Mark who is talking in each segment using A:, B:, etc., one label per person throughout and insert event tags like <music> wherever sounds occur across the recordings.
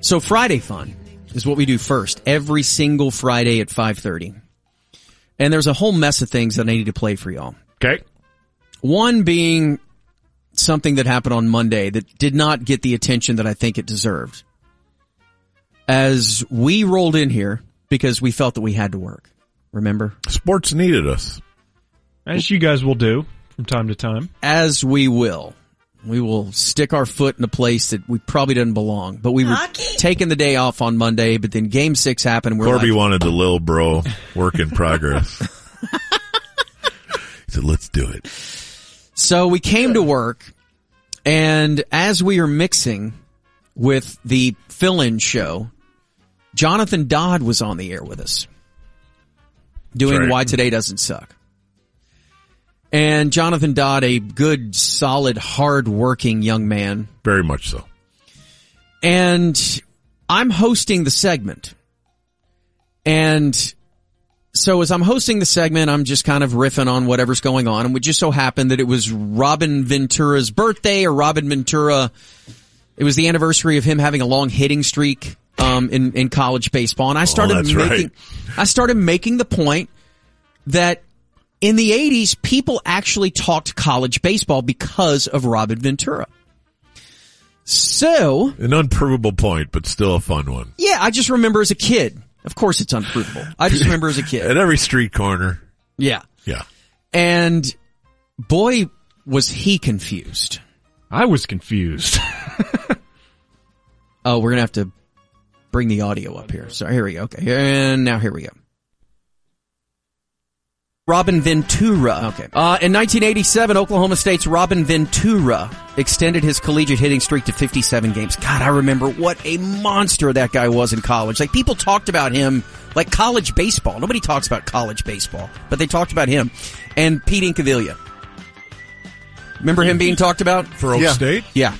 A: So Friday fun is what we do first every single Friday at 5:30. And there's a whole mess of things that I need to play for y'all.
B: Okay.
A: One being something that happened on Monday that did not get the attention that I think it deserved. As we rolled in here because we felt that we had to work. Remember?
B: Sports needed us.
C: As you guys will do from time to time.
A: As we will. We will stick our foot in a place that we probably didn't belong. But we were taking the day off on Monday, but then game six happened. and We're
B: Corby
A: like,
B: wanted the lil bro work in progress. he said, let's do it.
A: So we came to work, and as we are mixing with the fill-in show, Jonathan Dodd was on the air with us, doing
B: That's right.
A: "Why Today Doesn't Suck." And Jonathan Dodd, a good, solid, hard-working young man,
B: Very much so.
A: and I'm hosting the segment. And so as I'm hosting the segment, I'm just kind of riffing on whatever's going on. And it just so happened that it was Robin Ventura's birthday or Robin Ventura. It was the anniversary of him having a long hitting streak, um, in, in college baseball. And I started
B: Oh, that's
A: making,
B: right.
A: I started making the point that in the 80s, people actually talked college baseball because of Robin Ventura. So,
B: An unprovable point, but still a fun one.
A: yeah, I just remember as a kid. Of course it's unprovable. I just remember as a
B: At <laughs>
A: kid.
B: every street corner.
A: Yeah.
B: Yeah.
A: And boy, was he confused.
C: I was confused.
A: Oh, we're going to have to bring the audio up here. Sorry, here we go. Okay. And now here we go. Robin Ventura. Okay. Uh, in 1987, Oklahoma State's Robin Ventura extended his collegiate hitting streak to 57 games. God, I remember what a monster that guy was in college. Like, people talked about him like college baseball. Nobody talks about college baseball, but they talked about him. And Pete Incaviglia. Remember him being talked about?
B: For Oak
D: Yeah.
B: State?
A: Yeah.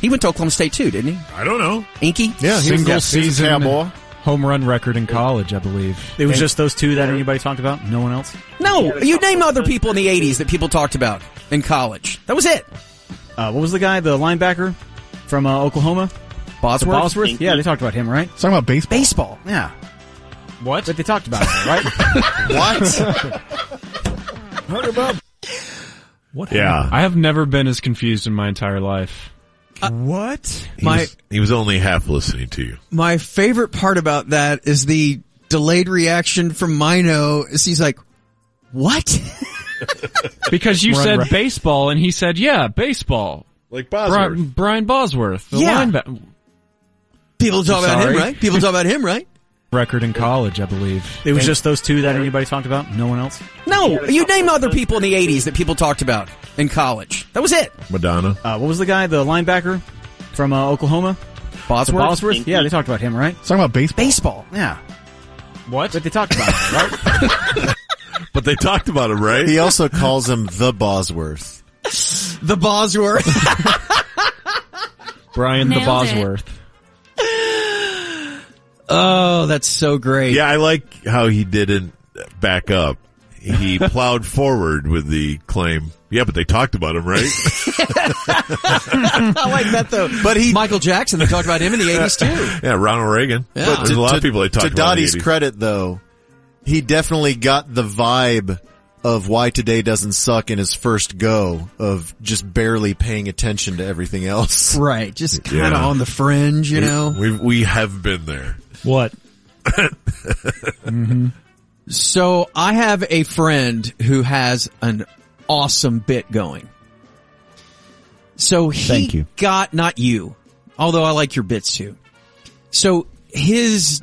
A: He went to Oklahoma State too, didn't he?
B: I don't know.
A: Inky?
D: Yeah, he was-
C: Single
D: yeah, he was a
C: season
D: cowboy.
C: home run record in college, I believe.
E: It was just those two that anybody talked about. No one else.
A: No, you name other people in the 80s that people talked about in college. That was it.
E: Uh, what was the guy, the linebacker from uh, Oklahoma?
A: Bosworth.
E: Bosworth? Yeah, they talked about him, right?
D: Talking about baseball.
A: Baseball.
E: Yeah,
C: What?
E: but they talked about him, right?
D: What?
B: Yeah.
C: I have never been as confused in my entire life.
F: What?
B: He,
F: My-
B: was, he was only half listening to you.
F: My favorite part about that is the delayed reaction from Mino. Is he's like,
A: <laughs>
F: "What?"
C: Because you
E: Run
C: said
E: right.
C: baseball, and he said, yeah, baseball.
B: Like
C: Brian, Brian Bosworth, the
F: Yeah.
C: linebacker.
F: People talk
C: I'm
F: about
C: sorry.
F: him, right? People talk about him, right?
C: Record in college, I believe.
E: <laughs> it was just those two that anybody talked about. No one else.
A: No, you name other people in the 80s that people talked about in college. That was it.
B: Madonna.
E: Uh, what was the guy, the linebacker from uh, Oklahoma?
A: Bosworth.
E: Bosworth? Yeah, they talked about him, right?
D: Talking about baseball.
A: Baseball.
E: Yeah,
C: What?
E: but they talked about him, right?
B: But they talked about him, right?
G: He also calls him the Bosworth.
F: The Bosworth.
C: Brian the
H: Nailed it.
C: Bosworth.
A: Oh, that's so great.
B: Yeah, I like how he didn't back up. He plowed forward with the claim. Yeah, but they talked about him, right?
A: <laughs> I like that though.
G: But he,
A: Michael Jackson, they talked about him in the 80s too.
B: yeah, Ronald Reagan.
A: Yeah.
B: There's a lot of people they talked about.
G: to
B: in the
G: Dottie's
B: 80s.
G: credit, though, he definitely got the vibe of why today doesn't suck in his first go of just barely paying attention to everything else.
F: right. Just kind of
B: Yeah.
F: on the fringe, you know?
B: we we have been there.
C: What?
A: So I have a friend who has an awesome bit going. So he
E: Thank you.
A: got, not you, although I like your bits too. So his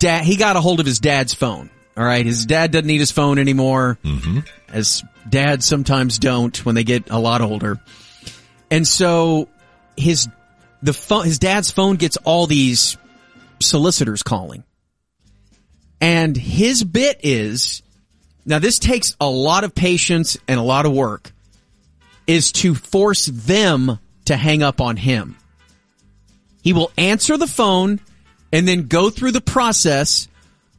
A: dad, he got a hold of his dad's phone. All right. His dad doesn't need his phone anymore.
E: Mm-hmm.
A: As dads sometimes don't when they get a lot older. And so his, the phone, his dad's phone gets all these solicitors calling. And his bit is now this takes a lot of patience and a lot of work is to force them to hang up on him. He will answer the phone and then go through the process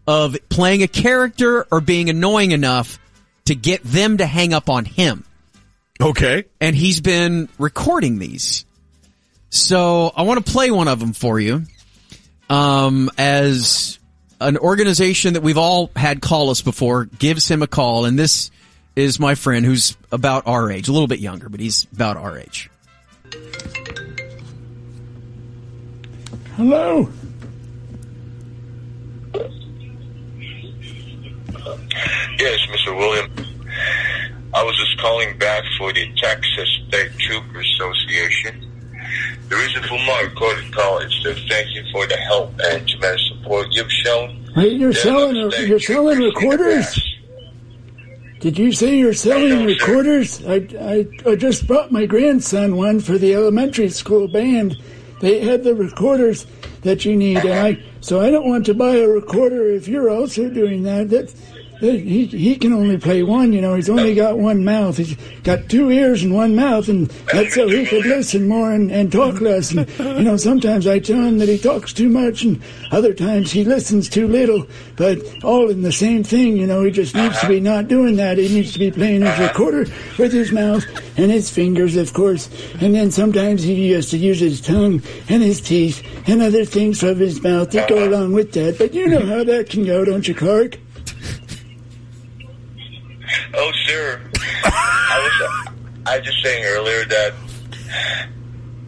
A: of playing a character or being annoying enough to get them to hang up on him
B: Okay.
A: and he's been recording these. So I want to play one of them for you. um, as an organization that we've all had call us before gives him a call, and this is my friend who's about our age, a little bit younger, but he's about our age.
D: Hello.
H: Yes, Mr. William. I was just calling back for the Texas State Troopers Association. The reason for my recorded call is to thank you for the help and tremendous support you've shown.
D: Wait, you're
H: Yeah,
D: selling
H: I'm saying
D: you're selling
H: troopers in the
D: recorders?
H: past.
D: Did you say you're
H: No,
D: selling
H: no, sir.
D: recorders? I, I, I just bought my grandson one for the elementary school band. They had the recorders that you need, and I so I don't want to buy a recorder if you're also doing that. That, that he he can only play one. You know, he's only got one mouth. He's got two ears and one mouth, and that's so he could listen more and, and talk less. And you know, sometimes I tell him that he talks too much, and other times he listens too little. But all in the same thing. You know, he just needs to be not doing that. He needs to be playing his recorder with his mouth and his fingers, of course. And then sometimes he has to use his tongue and his teeth and other things from his mouth that go along with that. But you know how that can go, don't you, Clark?
H: Oh, sir. I was I was just saying earlier that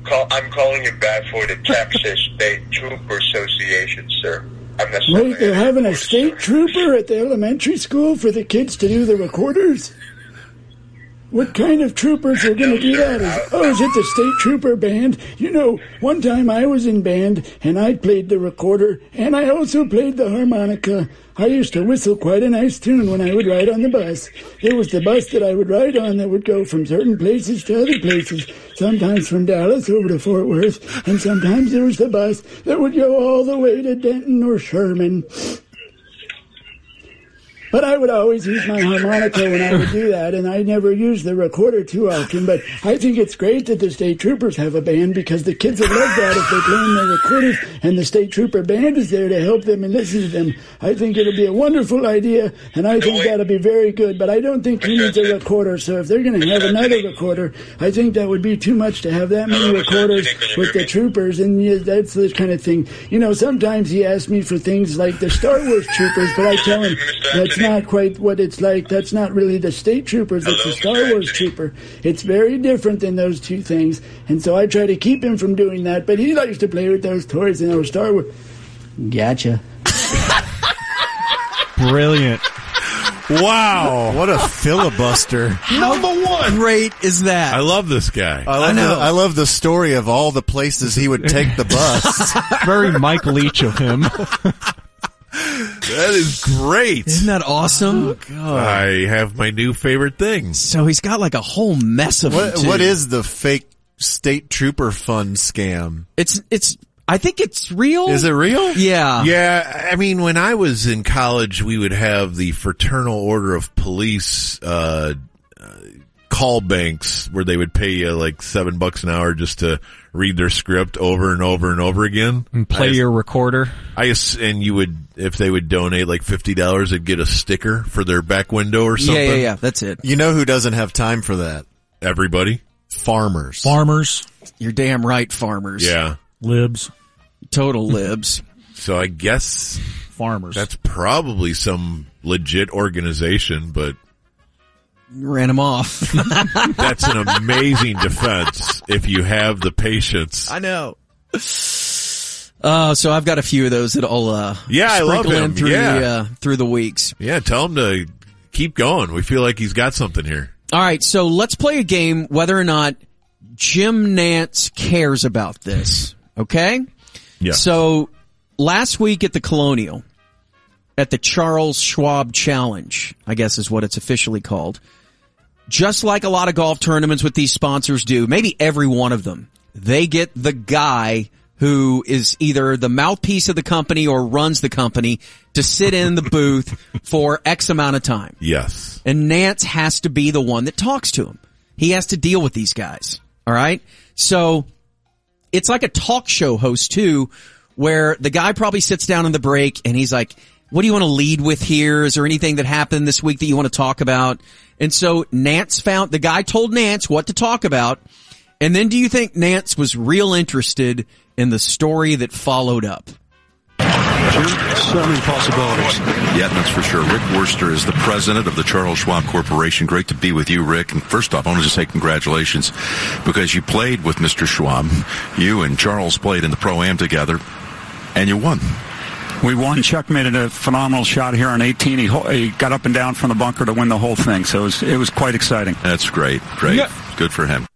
H: call, I'm calling you back for the Texas State Trooper Association, sir. I'm not selling
D: Wait, they're
H: any
D: having a
H: recorders,
D: state
H: sir.
D: trooper at the elementary school for the kids to do the recorders? What kind of troopers are going to do that? Is, oh, is it the state trooper band? You know, one time I was in band and I played the recorder and I also played the harmonica. I used to whistle quite a nice tune when I would ride on the bus. It was the bus that I would ride on that would go from certain places to other places, sometimes from Dallas over to Fort Worth, and sometimes there was the bus that would go all the way to Denton or Sherman. But I would always use my harmonica when I would do that, and I never used the recorder too often. But I think it's great that the state troopers have a band because the kids would love that if they're playing their recorders and the state trooper band is there to help them and listen to them. I think it'll be a wonderful idea, and I think that'll be very good. But I don't think he needs a recorder, so if they're going to have another recorder, I think that would be too much to have that many recorders with the troopers, and yeah, that's the kind of thing. You know, sometimes he asks me for things like the Star Wars troopers, but I tell him that's not quite what it's like. That's not really the state troopers. It's the Star Wars trooper. It's very different than those two things. And so I try to keep him from doing that. But he likes to play with those toys and those Star Wars. Gotcha.
C: <laughs> Brilliant.
B: Wow.
G: <laughs> <laughs> What a filibuster.
B: Number one.
F: Great is that?
B: I love this guy.
G: I love, The, I love the story of all the places he would take the <laughs> bus.
C: Very Mike Leach of him.
B: that is great.
F: Isn't that awesome?
B: I have my new favorite things.
F: So he's got like a whole mess of them,
G: what,
F: too.
G: what is the fake state trooper fund scam?
A: It's it's. I think it's real.
G: Is it real?
A: Yeah.
B: Yeah, I mean, when I was in college, we would have the Fraternal Order of Police uh, uh, call banks where they would pay you like seven bucks an hour just to read their script over and over and over again.
C: And play
B: I,
C: your recorder.
B: I ass- and you would if they would donate like fifty dollars, they'd get a sticker for their back window or
A: yeah,
B: something.
A: yeah, yeah. That's it.
G: You know who doesn't have time for that?
B: Everybody,
G: Farmers.
I: Farmers,
A: You're damn right, farmers.
B: yeah.
I: libs,
A: Total libs.
B: So I guess
I: farmers.
B: that's probably some legit organization, but
A: Ran him
B: <laughs>
A: off.
B: That's an
A: <laughs>
B: amazing defense if you have the patience.
A: I know. <laughs> Uh, so I've got a few of those that I'll uh,
B: Yeah, I love
A: sprinkle in
B: him.
A: through the
B: Yeah.
A: uh, through the weeks.
B: Yeah, tell him to keep going. We feel like he's got something here.
A: All right, so let's play a game whether or not Jim Nance cares about this. Okay?
B: Yeah.
A: So last week at the Colonial, at the Charles Schwab Challenge, I guess is what it's officially called. Just like a lot of golf tournaments with these sponsors do, maybe every one of them, they get the guy who is either the mouthpiece of the company or runs the company to sit in the booth for X amount of time.
B: yes.
A: And Nance has to be the one that talks to him. He has to deal with these guys. All right. So it's like a talk show host too, where the guy probably sits down in the break and he's like, what do you want to lead with here? Is there anything that happened this week that you want to talk about? And so Nance found, the guy told Nance what to talk about. And then do you think Nance was real interested in the story that followed up?
I: some impossibilities.
J: Yeah, that's for sure. Rick Worster is the president of the Charles Schwab Corporation. Great to be with you, Rick. And first off, I want to just say congratulations because you played with Mr. Schwab. You and Charles played in the pro am together, and you won.
I: We won. Chuck made it a phenomenal shot here on 18. He, ho- he got up and down from the bunker to win the whole thing, so it was, it was quite exciting.
J: That's great. Great.
I: Yeah.
J: Good for him.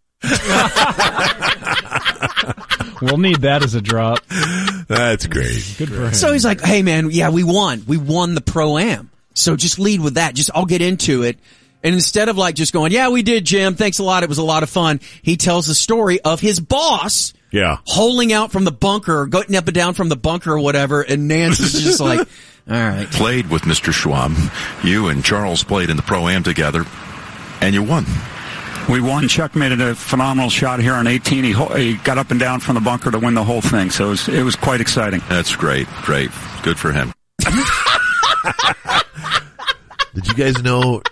C: We'll need that as a drop.
B: That's great.
C: Good for him.
A: So he's like, "Hey, man, yeah, we won. We won the pro am. So just lead with that. Just I'll get into it." And instead of like just going, "Yeah, we did, Jim. Thanks a lot. It was a lot of fun." He tells the story of his boss
B: Yeah.
A: holing out from the bunker, going up and down from the bunker or whatever, and Nancy's
G: <laughs>
A: just like, "All right,
J: Played with Mr. Schwab. You and Charles played in the pro am together, and you won.
I: We won. Chuck made it a phenomenal shot here on 18. He, ho- he got up and down from the bunker to win the whole thing, so it was, it was quite exciting.
J: That's great. Great. Good for him.
B: <laughs> Did you guys know?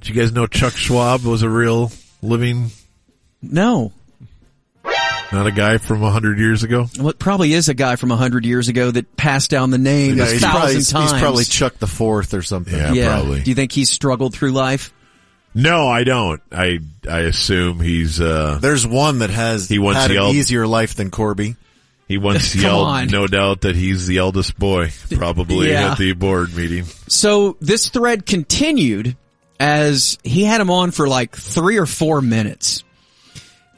B: Did you guys know Chuck Schwab was a real living,
A: no."
B: not a guy from a hundred years ago?
A: Well, it probably is a guy from a hundred years ago that passed down the name a
G: he's,
A: thousand
G: probably, he's
A: times.
G: probably Chuck the Fourth or something.
B: Yeah.
A: yeah.
B: probably.
A: Do you think he struggled through life?
B: No, I don't. I I assume he's uh
G: There's one that has
B: He once
G: had an
B: yelled-
G: easier life than Corby.
B: he once
A: <laughs> Come
B: yelled,
A: on.
B: no doubt that he's the eldest boy,
A: <laughs>
B: probably
A: Yeah.
B: at the board meeting.
A: So this thread continued as he had him on for like three or four minutes.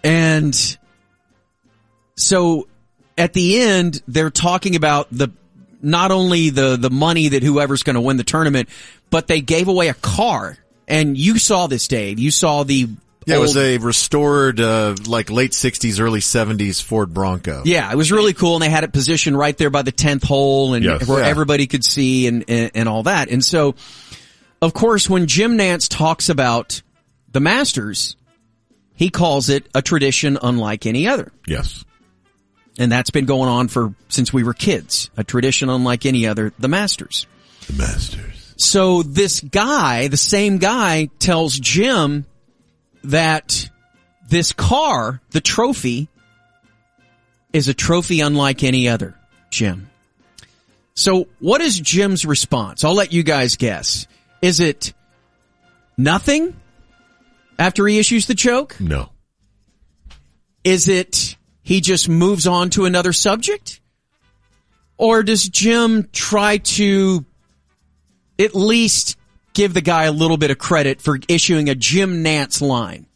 A: And so at the end, they're talking about the, not only the, the money that whoever's going to win the tournament, but they gave away a car. And you saw this, Dave. You saw the,
G: Yeah, it was
A: old-
G: a restored, uh, like late '60s, early '70s Ford Bronco.
A: yeah, it was really cool. And they had it positioned right there by the 10th hole and
B: Yes.
A: where
G: Yeah.
A: everybody could see and, and, and all that. And so, of course, when Jim Nance talks about the Masters, he calls it a tradition unlike any other.
B: Yes.
A: And that's been going on for since we were kids, a tradition unlike any other, the Masters.
B: The Masters.
A: So this guy, the same guy, tells Jim that this car, the trophy, is a trophy unlike any other, Jim. So what is Jim's response? I'll let you guys guess. Is it nothing after he issues the joke?
B: No.
A: Is it he just moves on to another subject? Or does Jim try to at least give the guy a little bit of credit for issuing a Jim Nance line,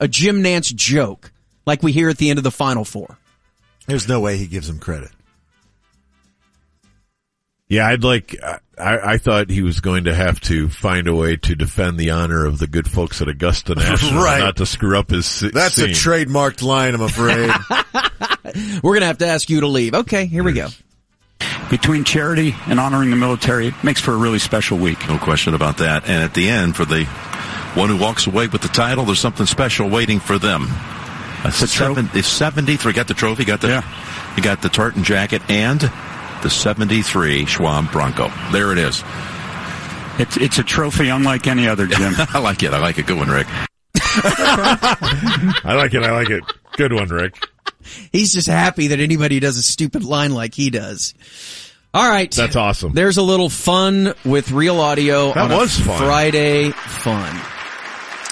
A: a Jim Nance joke, like we hear at the end of the Final Four?
G: There's no way he gives him credit.
B: Yeah, I'd like. I, I thought he was going to have to find a way to defend the honor of the good folks at
G: <laughs>
B: Augusta National,
G: Right.
B: not to screw up his. se-
G: That's a
B: scene.
G: trademarked line, I'm <laughs> afraid.
A: We're going to have to ask you to leave. Okay, here we go.
I: Between charity and honoring the military, it makes for a really special week.
J: No question about that. And at the end, for the one who walks away with the title, there's something special waiting for them. It's
I: The tro-
J: seven, the 73. Got the trophy. Got the
I: Yeah.
J: you got the tartan jacket and the 73 Schwab Bronco. There it is.
I: It's, it's a trophy unlike any other, Jim.
J: <laughs> I like it. I like it. Good one, Rick.
B: I like it. I like it. Good one, Rick.
A: He's just happy that anybody does a stupid line like he does. All right.
B: That's awesome.
A: There's a little fun with real audio
B: That
A: on a
B: was fun.
A: Friday fun.